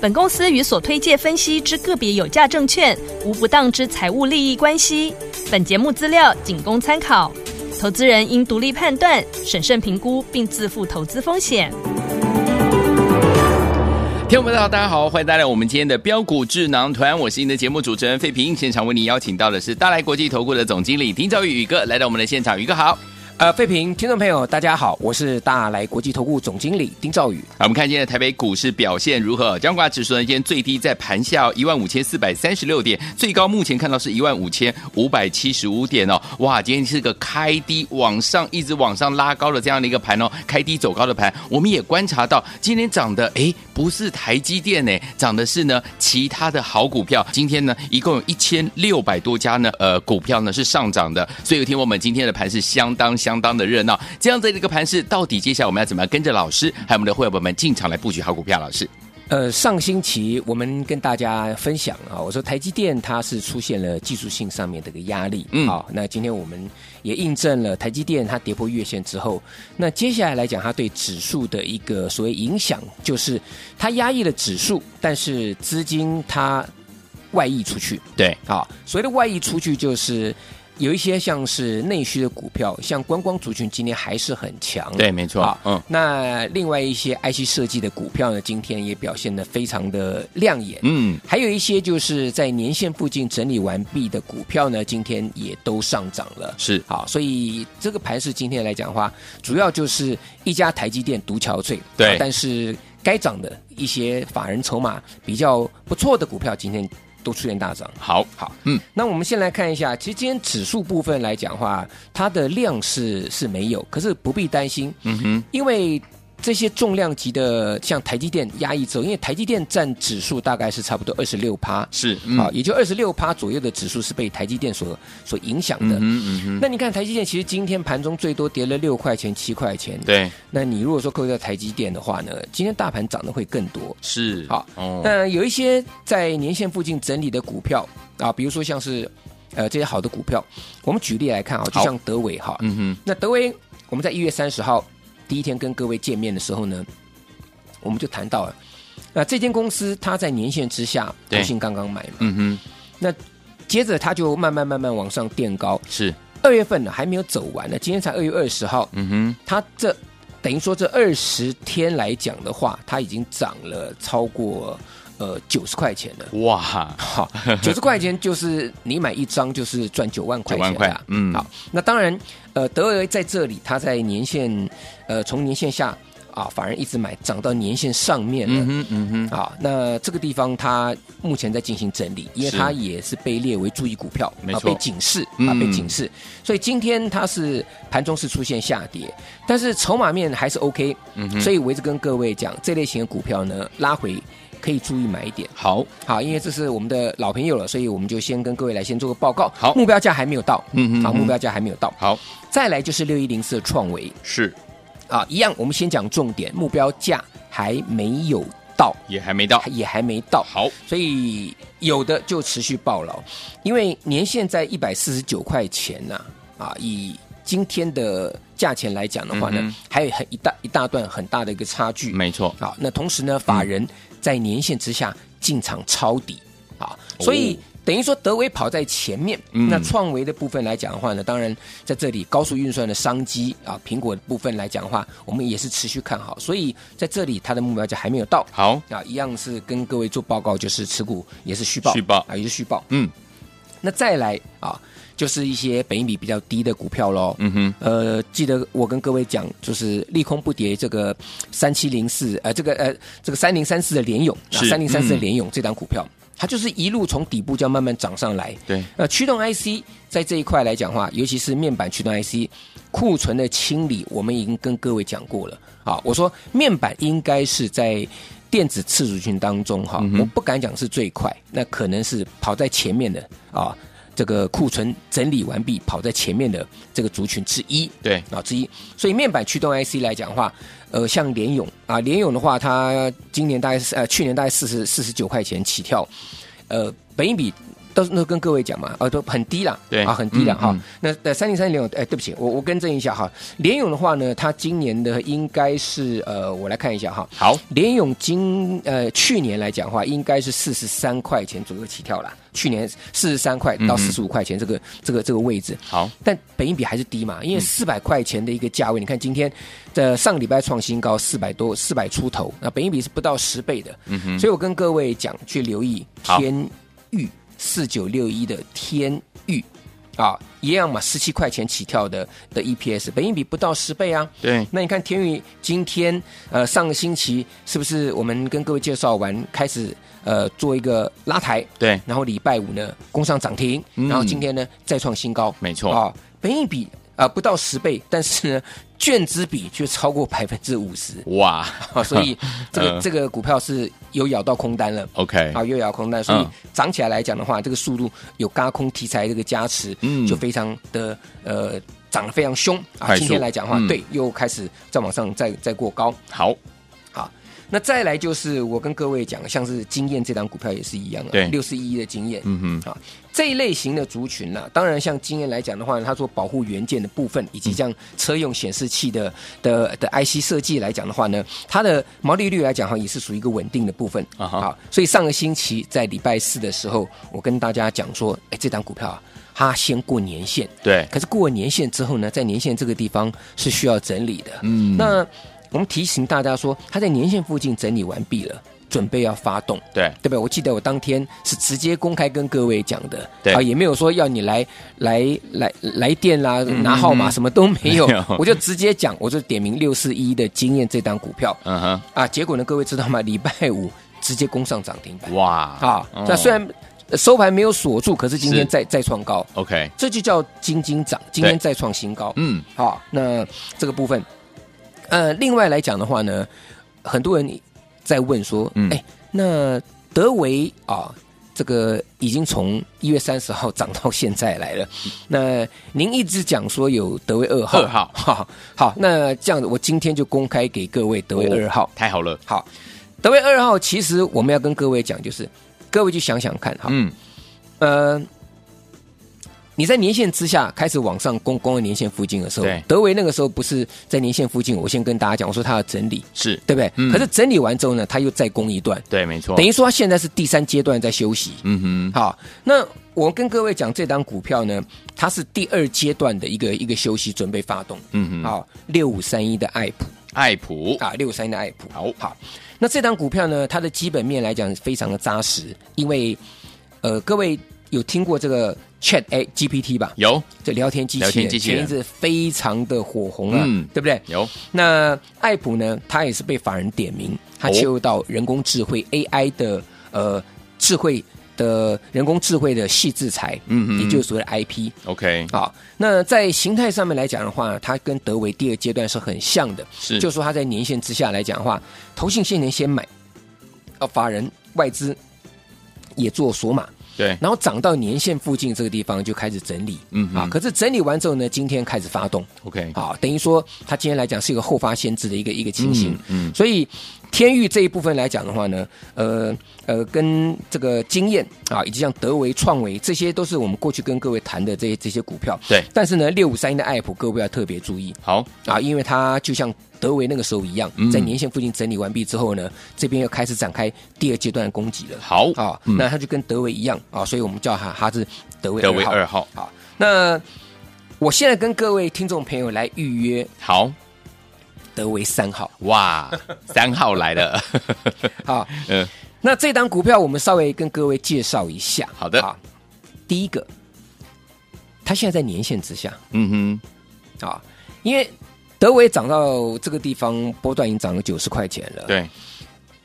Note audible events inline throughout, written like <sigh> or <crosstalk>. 本公司与所推介分析之个别有价证券无不当之财务利益关系。本节目资料仅供参考，投资人应独立判断、审慎评估，并自负投资风险。听众朋友，大家好，欢迎大家来我们今天的标股智囊团，我是您的节目主持人费平。现场为您邀请到的是大来国际投顾的总经理丁兆宇宇哥来到我们的现场，宇哥好。呃，费平，听众朋友，大家好，我是大来国际投顾总经理丁兆宇。好，我们看今天的台北股市表现如何？加挂指数呢，今天最低在盘下一万五千四百三十六点，最高目前看到是一万五千五百七十五点哦。哇，今天是个开低往上，一直往上拉高的这样的一个盘哦，开低走高的盘。我们也观察到今天涨的，诶，不是台积电呢，涨的是呢其他的好股票。今天呢，一共有一千六百多家呢，呃，股票呢是上涨的，所以有听我们今天的盘是相当相当的热闹。这样的一个盘势，到底接下来我们要怎么样跟着老师还有我们的会员朋友们进场来布局好股票？老师，呃，上星期我们跟大家分享啊，我说台积电它是出现了技术性上面的一个压力，嗯好，那今天我们也印证了台积电它跌破月线之后，那接下来来讲它对指数的一个所谓影响，就是它压抑了指数，但是资金它外溢出去，对，啊，所谓的外溢出去就是有一些像是内需的股票，像观光族群今天还是很强。对，没错啊，嗯，那另外一些 IC 设计的股票呢，今天也表现得非常的亮眼。嗯，还有一些就是在年线附近整理完毕的股票呢，今天也都上涨了。是，好，所以这个盘市今天来讲的话，主要就是一家台积电独憔悴。对啊但是该涨的一些法人筹码比较不错的股票，今天都出现大涨。好，好，嗯，那我们先来看一下，其实今天指数部分来讲的话，它的量是是没有，可是不必担心，嗯哼，因为这些重量级的像台积电压抑之后，因为台积电占指数大概是差不多二十六趴，是，啊，嗯，也就二十六趴左右的指数是被台积电所所影响的。嗯嗯那你看台积电，其实今天盘中最多跌了六块钱、七块钱。哼，，对，那你如果说扣掉台积电的话呢，今天大盘涨的会更多。是，好哦，那有一些在年线附近整理的股票啊，比如说像是呃这些好的股票，我们举例来看啊，就像德伟哈，嗯哼，那德伟我们在一月三十号第一天跟各位见面的时候呢，我们就谈到了，那这间公司它在年线之下，对投信刚刚买嘛，嗯哼，接着它就慢慢慢慢往上垫高，是，二月份呢还没有走完呢，今天才二月二十号，嗯哼，它这等于说这二十天来讲的话，它已经涨了超过呃九十块钱了。哇， <laughs> 好，九十块钱就是你买一张就是赚九万块九钱啊万啦块，嗯，好，那当然，呃，德维在这里，它在年限，呃，从年限下啊，反而一直买，涨到年限上面了。嗯哼，嗯哼，啊，那这个地方它目前在进行整理，因为是它也是被列为注意股票，没啊错被警示啊，嗯被警示。所以今天它是盘中是出现下跌，但是筹码面还是 OK，、所以嗯我一直跟各位讲，这类型的股票呢，拉回可以注意买一点。好，好，因为这是我们的老朋友了，所以我们就先跟各位来先做个报告。好目标价还没有到，嗯哼好，嗯哼目标价还没有到。好，再来就是六一零四的创维是，啊，一样，我们先讲重点，目标价还没有到，也还没到，也还没到，好，所以有的就持续暴牢，因为年限在一百四十九块钱呐、啊，以今天的价钱来讲的话呢，嗯哼还有很一大一大段很大的一个差距。没错，好，啊那同时呢，法人在年限之下进场抄底啊，哦所以等于说德维跑在前面。嗯那创维的部分来讲的话呢，当然在这里高速运算的商机啊，苹果的部分来讲的话，我们也是持续看好，所以在这里它的目标价还没有到。好，啊，一样是跟各位做报告，就是持股也是续报，续报啊，也是续报。嗯那再来啊，就是一些本益比比较低的股票喽。嗯哼，呃，记得我跟各位讲，就是利空不跌这个三七零四，呃，这个呃，这个三零三四的联勇，啊是三零三四的嗯联勇这档股票，它就是一路从底部这样慢慢涨上来。对，呃，驱动 IC 在这一块来讲的话，尤其是面板驱动 IC 库存的清理，我们已经跟各位讲过了啊。我说面板应该是在电子次族群当中哈、嗯哼我不敢讲是最快，那可能是跑在前面的啊。这个库存整理完毕，跑在前面的这个族群之一，对啊之一。所以面板驱动 IC 来讲的话，呃，像联咏啊，联咏的话，它今年大概是呃去年大概四十四十九块钱起跳，呃，本一比。到那跟各位讲嘛，啊，都很低啦，对啊，很低啦嗯哈嗯。那那三零三联咏，哎，对不起，我我更正一下哈。联咏的话呢，它今年的应该是呃，我来看一下哈。好，联咏今呃去年来讲的话，应该是四十三块钱左右起跳啦。去年四十三块到嗯哼四十五块钱这个、这个这个位置，好，但本益比还是低嘛，嗯因为四百块钱的一个价位，你看今天的上个礼拜创新高四百多，四百出头，那本益比是不到十倍的，嗯哼，所以我跟各位讲，去留意好天域四九六一的天域啊，一样嘛，十七块钱起跳的的 EPS，本益比不到十倍啊，对，那你看天宇今天呃上个星期是不是我们跟各位介绍完开始呃做一个拉抬，对，然后礼拜五呢攻上涨停，嗯然后今天呢再创新高，没错啊，本益比啊、呃不到十倍，但是呢券资比却超过 <laughs> 百分之五十哇啊，所 <laughs> 以这个、呃这个股票是有咬到空单了。 ，OK，啊，又遥空单，所以嗯涨起来来讲的话，这个速度有高空题材这个加持，嗯就非常的呃涨得非常凶啊。快速今天来讲的话，嗯对，又开始再往上再再过高。啊好，那再来就是我跟各位讲，像是经验这档股票也是一样啊，对六四一的经验，嗯哼，啊，这一类型的族群呢、当然像经验来讲的话呢，它做保护元件的部分，以及像车用显示器的的的 IC 设计来讲的话呢，它的毛利率来讲哈，也是属于一个稳定的部分啊哈好，所以上个星期在礼拜四的时候，我跟大家讲说，哎，这档股票啊，它先过年线，对，可是过完年线之后呢，在年线这个地方是需要整理的。嗯那我们提醒大家说，它在年线附近整理完毕了，准备要发动。对，对不对？我记得我当天是直接公开跟各位讲的，对啊，也没有说要你来来来来电啦，拿号码嗯什么都没有， <laughs> 没有我就直接讲，我就点名六四一的经验这档股票嗯哼，啊，结果呢，各位知道吗？ <laughs> 礼拜五直接攻上涨停板哇，啊，嗯那虽然呃收盘没有锁住，可是今天是再再创高， ，OK，这就叫金金涨，今天再创新高，嗯，好，那这个部分，呃，另外来讲的话呢，很多人在问说，哎、嗯那德维啊，这个已经从一月三十号涨到现在来了，那您一直讲说有德维二号，二号哈，好，那这样子，我今天就公开给各位德维二号，太好了，好，德维二号，其实我们要跟各位讲，就是各位去想想看，哈，嗯，呃，你在年线之下开始往上攻，攻到年线附近的时候对，德维那个时候不是在年线附近，我先跟大家讲，我说它要整理，是对不对？嗯哦可是整理完之后呢，它又再攻一段，对，没错，等于说它现在是第三阶段在休息。嗯哼，好，那我跟各位讲，这档股票呢，它是第二阶段的一个一个休息，准备发动。嗯哼，好，六五三一的爱普爱普，啊，六五三一的爱普，好，好，那这档股票呢，它的基本面来讲非常的扎实，因为呃，各位有听过这个 Chat A GPT 吧？有这聊天机器人聊天机器人前一阵非常的火红啊，嗯对不对？有，那爱普呢，它也是被法人点名，它哦切入到人工智慧 AI 的呃智慧的人工智慧的细制裁，嗯哼也就是所谓的 IP。 ，OK，啊，那在形态上面来讲的话，它跟德维第二阶段是很像的，是就是说它在年限之下来讲的话，投信先年先买，啊，法人外资也做索码，对，然后涨到年限附近这个地方就开始整理，嗯哼嗯啊，可是整理完之后呢，今天开始发动， ，OK，啊，等于说它今天来讲是一个后发先至的一个一个情形，嗯嗯所以天域这一部分来讲的话呢，呃呃，跟这个经验啊，以及像德维、创维，这些都是我们过去跟各位谈的这些这些股票，对，但是呢，六五三一的爱普，各位要特别注意好，啊，因为它就像德维那个时候一样嗯，在年线附近整理完毕之后呢，这边又开始展开第二阶段的攻击了。好，啊，嗯那它就跟德维一样啊，所以我们叫它它是德维德维二二号。号，好，那我现在跟各位听众朋友来预约好，德维三号哇，三号来 <laughs> 了，啊。嗯，那这档股票我们稍微跟各位介绍一下。好的啊，第一个，它现在在年线之下嗯哼，啊，因为德维涨到这个地方，波段已经涨了九十块钱了。，对，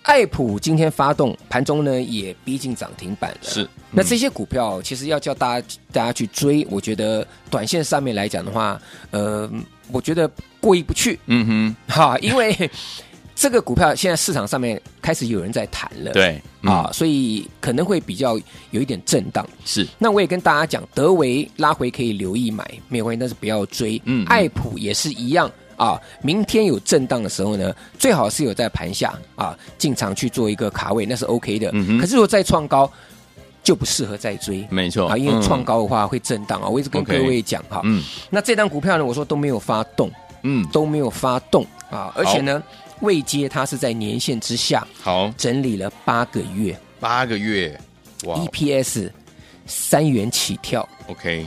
爱普今天发动盘中呢也逼近涨停板了。是嗯那这些股票其实要叫大家大家去追，我觉得短线上面来讲的话，呃，我觉得过意不去嗯哼，哈，因为这个股票现在市场上面开始有人在谈了，对嗯啊，所以可能会比较有一点震荡。是那我也跟大家讲，德维拉回可以留意买，没有关系，但是不要追。嗯嗯，爱普也是一样啊。明天有震荡的时候呢，最好是有在盘下啊进场去做一个卡位，那是 OK 的。嗯哼可是如果再创高，就不适合再追。没错啊，因为嗯创高的话会震荡啊。我一直跟各 OK 位讲哈，嗯那这张股票呢，我说都没有发动，嗯，都没有发动啊，而且呢，未接它是在年线之下好，整理了八个月八个月，哇哦，EPS 三元起跳。 ，OK，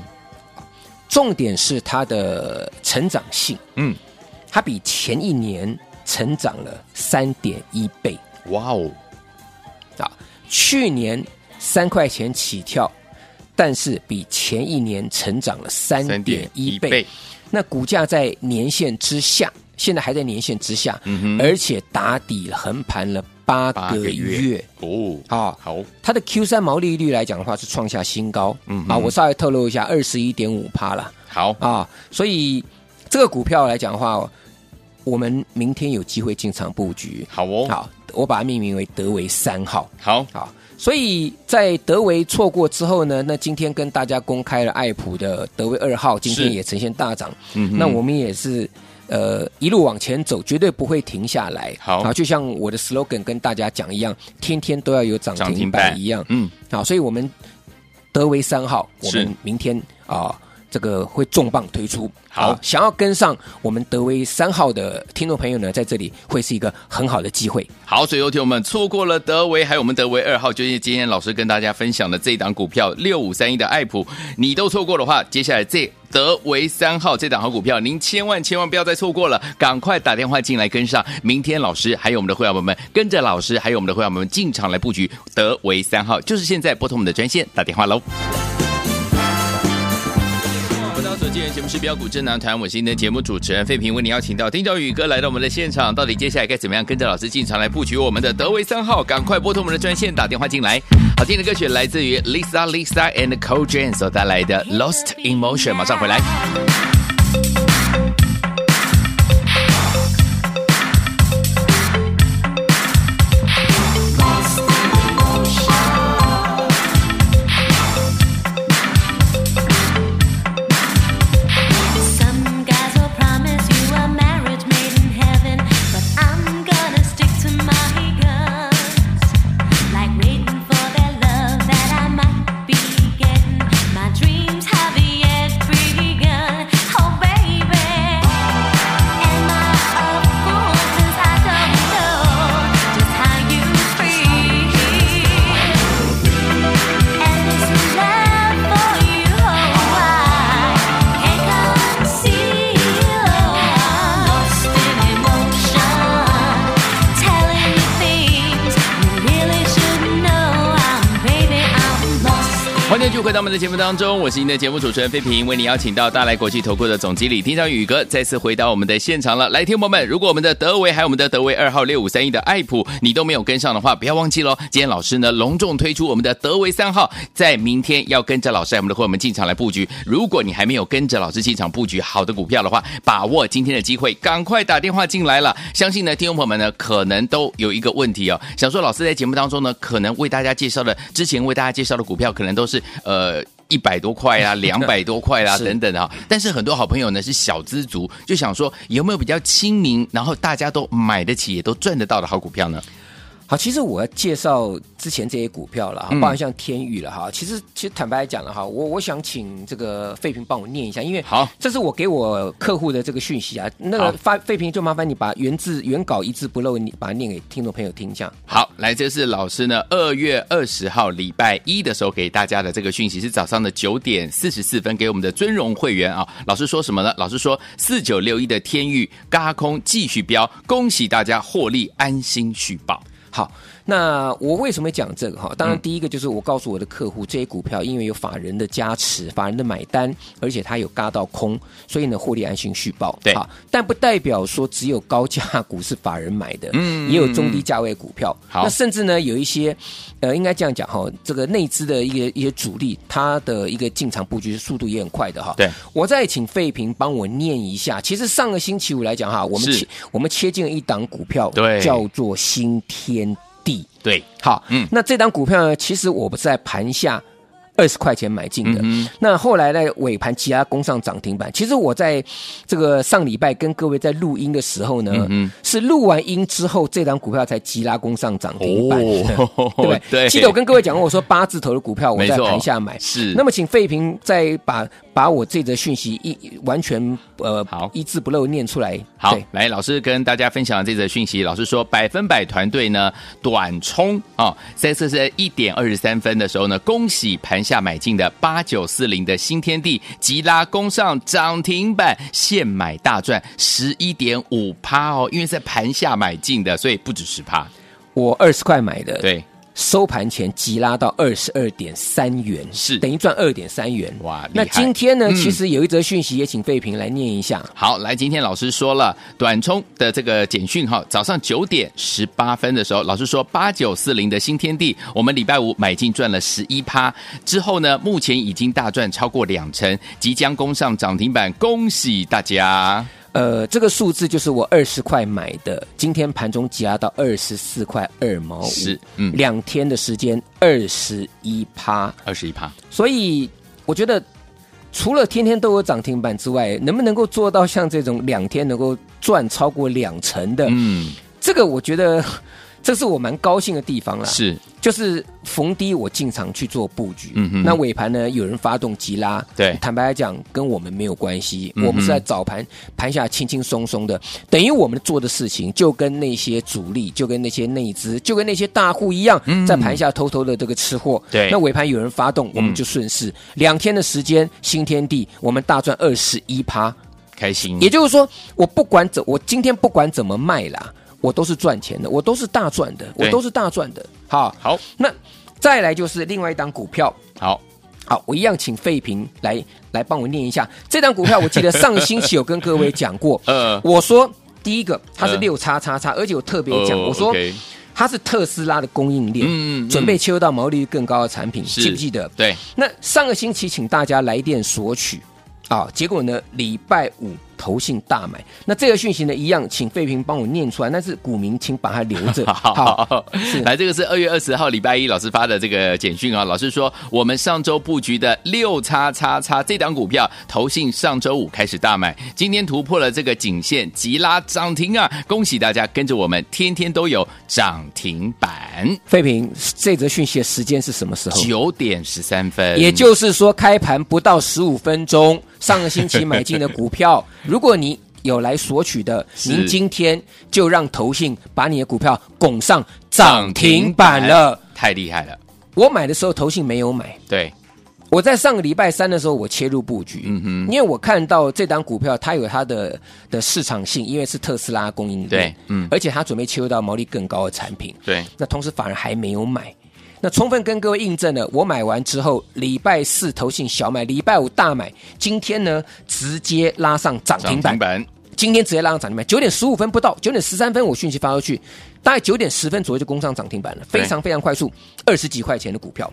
重点是它的成长性，嗯，它比前一年成长了三点一倍哇哦，啊，去年三块钱起跳，但是比前一年成长了三点一3.1倍，那股价在年线之下，现在还在年线之下，嗯哼而且打底横盘了八八个个月月，哦，啊好，它的 Q 三毛利率来讲的话是创下新高，嗯哼啊，我稍微透露一下，二十一点五趴了。好，啊，所以这个股票来讲的话，我们明天有机会进场布局。好哦，好，我把它命名为德维三号。好，好，所以在德维错过之后呢，那今天跟大家公开了爱普的德维二号，今是天也呈现大涨。嗯哼那我们也是。呃，一路往前走，绝对不会停下来。好啊，就像我的 slogan 跟大家讲一样，天天都要有涨涨停停板板一样。嗯，好，啊所以我们德维三号，我是们明天啊、这个会重磅推出。好啊想要跟上我们德维三号的听众朋友呢，在这里会是一个很好的机会。好，所以有听我们错过了德维，还有我们德维二号，就是今天老师跟大家分享的这一档股票六五三一的爱普，你都错过的话，接下来这德维三号这档好股票，您千万千万不要再错过了，赶快打电话进来跟上。明天老师还有我们的会员朋友们，跟着老师还有我们的会员朋友们进场来布局德维三号，就是现在拨通我们的专线打电话喽。欢迎到所见节目是标股智囊团，我是您的节目主持人费平，为您邀请到丁兆宇哥来到我们的现场，到底接下来该怎么样跟着老师进场来布局我们的德维三号？赶快拨通我们的专线打电话进来。好听的歌曲来自于 Lisa Lisa and Cole Jane 所带来的 Lost in Motion，马上回来。 Some guys will promise you a marriage made in heaven, but I'm gonna stick to my guns. Like waiting for their love that I might be getting. My dreams have yet begun. Oh baby, am I a fool since I don't know just how you feel? And this love for you, oh, I can't conceal. Lost in emotion, telling you things you really should know. I'm baby, I'm lost. 欢迎继续回到我们的节目当中，我是您的节目主持人费平，为您邀请到大来国际投顾的总经理丁章宇哥再次回到我们的现场了。来，听众朋友们，如果我们的德维还有我们的德维二号六五三一的爱普你都没有跟上的话，不要忘记喽。今天老师呢隆重推出我们的德维三号，在明天要跟着老师还有我们的伙伴们进场来布局。如果你还没有跟着老师进场布局好的股票的话，把握今天的机会，赶快打电话进来了。相信呢，听众朋友们呢，可能都有一个问题哦，想说老师在节目当中呢，可能为大家介绍的之前为大家介绍的股票，可能都是呃。一百多块啊，两百多块啊，是等等啊。但是很多好朋友呢是小资族，就想说有没有比较亲民，然后大家都买得起，也都赚得到的好股票呢？好，其实我要介绍之前这些股票了哈，嗯包含像天宇了哈。其实，其实坦白讲了哈，我我想请这个费平帮我念一下，因为好这是我给我客户的这个讯息啊。那好个发费平就麻烦你把原字原稿一字不漏，你把它念给听众朋友听一下。好，来，这是老师呢，二月二十号礼拜一的时候给大家的这个讯息是早上的九点四十四分给我们的尊荣会员啊。老师说什么呢？老师说四九六一的天域嘎空继续飙，恭喜大家获利安心续报。好，那我为什么讲这个哈？当然，嗯第一个就是我告诉我的客户，这些股票因为有法人的加持、法人的买单，而且它有嘎到空，所以呢，获利安心续报。对好，但不代表说只有高价股是法人买的，嗯也有中低价位股票。好那甚至呢，有一些，呃，应该这样讲哈，这个内资的一个一些主力，它的一个进场布局速度也很快的哈。对，我再请费平帮我念一下。其实上个星期五来讲哈，我们是切我们切进了一档股票，对叫做新天地。对，好，嗯嗯，那这档股票呢，其实我不是在盘下二十块钱买进的，嗯那后来呢，尾盘其他攻上涨停板。其实我在这个上礼拜跟各位在录音的时候呢，嗯是录完音之后，这档股票才急拉攻上涨停板。 <laughs> 哦对不对？对，记得我跟各位讲过，我说八字头的股票我没在错盘下买，是那么请费平再把把我这则讯息一完全呃好一字不漏念出来。好对，来，老师跟大家分享这则讯息。老师说，百分百团队呢短冲啊，在这是一点二十三分的时候呢，恭喜盘下买进的八九四零的新天地急拉攻上涨停板，现买大赚十一点五趴哦，因为在盘下买进的，所以不止十趴。我二十块买的，对，收盘前急拉到二十二点三元，是等于赚二点三元。哇厉害那今天呢，嗯其实有一则讯息也请费平来念一下。好，来，今天老师说了短冲的这个简讯哈，早上九点十八分的时候，老师说八九四零的新天地，我们礼拜五买进赚了十一趴，之后呢，目前已经大赚超过两成，即将攻上涨停板，恭喜大家！呃，这个数字就是我二十块买的，今天盘中急拉到二十四块二毛五，是嗯两天的时间二十一趴，二十一趴，所以我觉得。除了天天都有涨停板之外，能不能够做到像这种两天能够赚超过两成的？嗯，这个我觉得这是我蛮高兴的地方啦。是就是逢低我进场去做布局，嗯哼那尾盘呢有人发动急拉，对坦白来讲跟我们没有关系，嗯哼我们是在早盘盘下轻轻松松的，等于我们做的事情就跟那些主力、就跟那些内资、就跟那些大户一样，在盘下偷偷的这个吃货，嗯对嗯那尾盘有人发动，我们就顺势、两天的时间，新天地我们大赚二十一趴，开心，也就是说，我不管怎，我今天不管怎么卖啦，我都是赚钱的，我都是大赚的，对我都是大赚的。好，好那再来就是另外一档股票。好，，好，我一样请费平来来帮我念一下这档股票。我记得上个星期有跟各位讲 <laughs> 过呃我说第一个它嗯是哦六叉叉叉，而且我特别讲，我说呃 OK，它是特斯拉的供应链，嗯嗯准备切入到毛利率更高的产品，是记不记得？对，。那上个星期请大家来电索取啊，结果呢，礼拜五投信大买。那这个讯息呢，一样请费平帮我念出来，但是股民请把它留着 <laughs> 好，是来，这个是二月二十号礼拜一老师发的这个简讯啊、老师说，我们上周布局的六叉叉叉这档股票，投信上周五开始大买，今天突破了这个颈线，急拉涨停啊！恭喜大家，跟着我们天天都有涨停板。费平这则讯息的时间是什么时候？九点十三分，也就是说，开盘不到十五分钟，上个星期买进的股 <laughs> 票，如果你有来索取的，是您今天就让投信把你的股票拱上涨停板了。，太厉害了！我买的时候，投信没有买，对，我在上个礼拜三的时候，我切入布局，嗯哼，因为我看到这档股票它有它的的市场性，因为是特斯拉供应链，对嗯而且它准备切入到毛利更高的产品，对那同时反而还没有买。那充分跟各位印证了，我买完之后，礼拜四投信小买，礼拜五大买，今天呢直接拉上涨涨停板停，板，今天直接拉上涨停板，九点十五分不到，九点十三分我讯息发出去，大概九点十分左右就攻上涨停板了，对非常非常快速，二十几块钱的股票，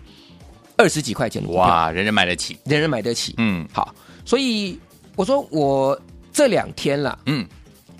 二十几块钱的股票，哇，人人买得起，人人买得起。嗯好，所以我说我这两天啦，嗯，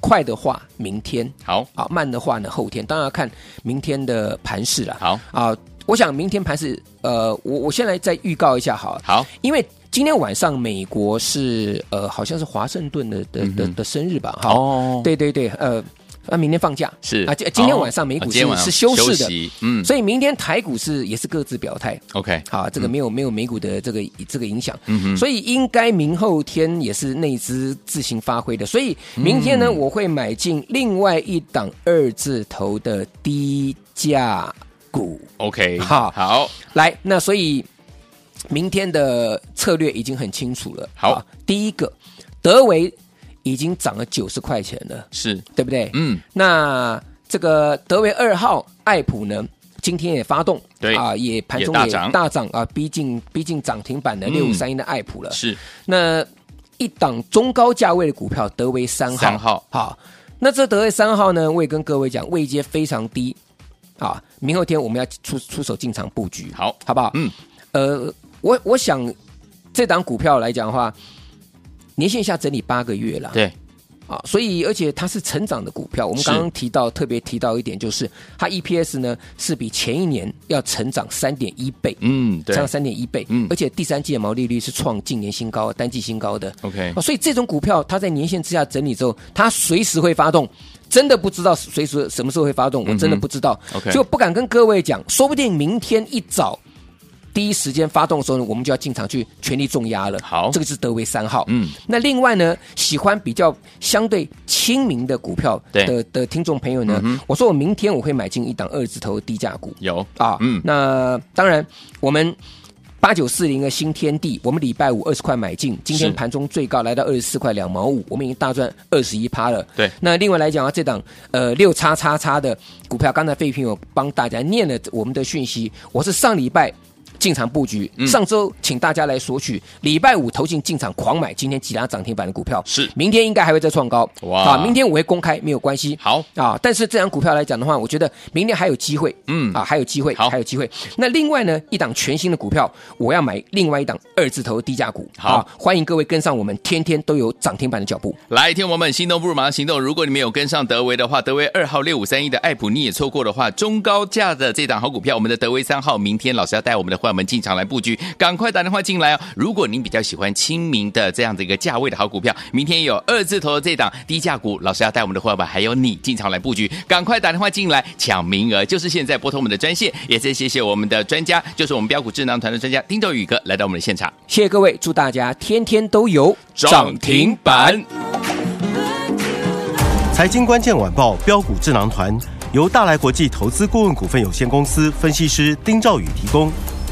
快的话明天，好，啊，慢的话呢后天，当然要看明天的盘势啦。好啊，我想明天盘势，呃，我我先来再预告一下好了，好，因为今天晚上美国是呃好像是华盛顿的的的的生日吧？哈嗯哦对对对，呃。那明天放假是啊，今今天晚上美哦股今是天晚上是休市休的息，嗯所以明天台股是也是各自表态， ，OK，好，这个没有、没有美股的这个这个影响，嗯哼所以应该明后天也是内资自行发挥的，所以明天呢、嗯我会买进另外一档二字头的低价股， ，OK，好好，来，那所以明天的策略已经很清楚了，啊好第一个德维已经涨了九十块钱了，是，对不对？嗯，那这个德维二号艾普呢，今天也发动，对啊，也盘中也大也涨大涨啊，逼近逼近涨停板的嗯六五三一的爱普了。是那一档中高价位的股票，德维三号，三号好，那这德维三号呢，我也跟各位讲，位阶非常低，啊，明后天我们要出出手进场布局，好好不好？嗯，呃，我我想这档股票来讲的话，年线下整理八个月了，对，啊，所以而且它是成长的股票，我们是刚刚提到特别提到一点，就是它 EPS 呢是比前一年要成长三点一倍，嗯，对成长三点一倍，嗯而且第三季的毛利率是创近年新高，单季新高的。 ，OK，哦，所以这种股票它在年限之下整理之后，它随时会发动，真的不知道随时什么时候会发动，我真的不知道，嗯 OK 所以我不敢跟各位讲，说不定明天一早。第一时间发动的时候呢，我们就要进场去全力重压了。好这个是德维三号。嗯，那另外呢，喜欢比较相对亲民的股票对嗯的的听众朋友呢，我说我明天我会买进一档二字头的低价股。有啊，嗯嗯，那当然，我们八九四零的新天地，我们礼拜五二十块买进，今天是盘中最高来到二十四块两毛五，我们已经大赚二十一趴了。对那另外来讲啊，这档呃六叉叉叉的股票，刚才费平有帮大家念了我们的讯息，我是上礼拜。进场布局，嗯上周请大家来索取。礼拜五投进进场狂买，今天几档涨停板的股票，是明天应该还会再创高。哇啊，明天我会公开，没有关系。好啊，但是这张股票来讲的话，我觉得明天还有机会。嗯啊，还有机会，好还有机会。那另外呢，一档全新的股票，我要买另外一档二字头的低价股。啊好欢迎各位跟上我们，天天都有涨停板的脚步。来，听众朋友们，心动不如马上行动。如果你没有跟上德维的话，德维二号六五三一的爱普你也错过的话，中高价的这档好股票，我们的德维三号，明天老师要带我们的会员们进场来布局，赶快打电话进来哦。如果您比较喜欢亲民的这样的一个价位的好股票，明天有二字头的这档低价股，老师要带我们的会员们还有你进场来布局，赶快打电话进来抢名额，就是现在拨通我们的专线。也是谢谢我们的专家，就是我们标股智囊团的专家丁兆宇哥来到我们的现场，谢谢各位，祝大家天天都有。财经关键晚报标股智囊团由大来国际投资顾问股份有限公司分析师丁兆宇提供。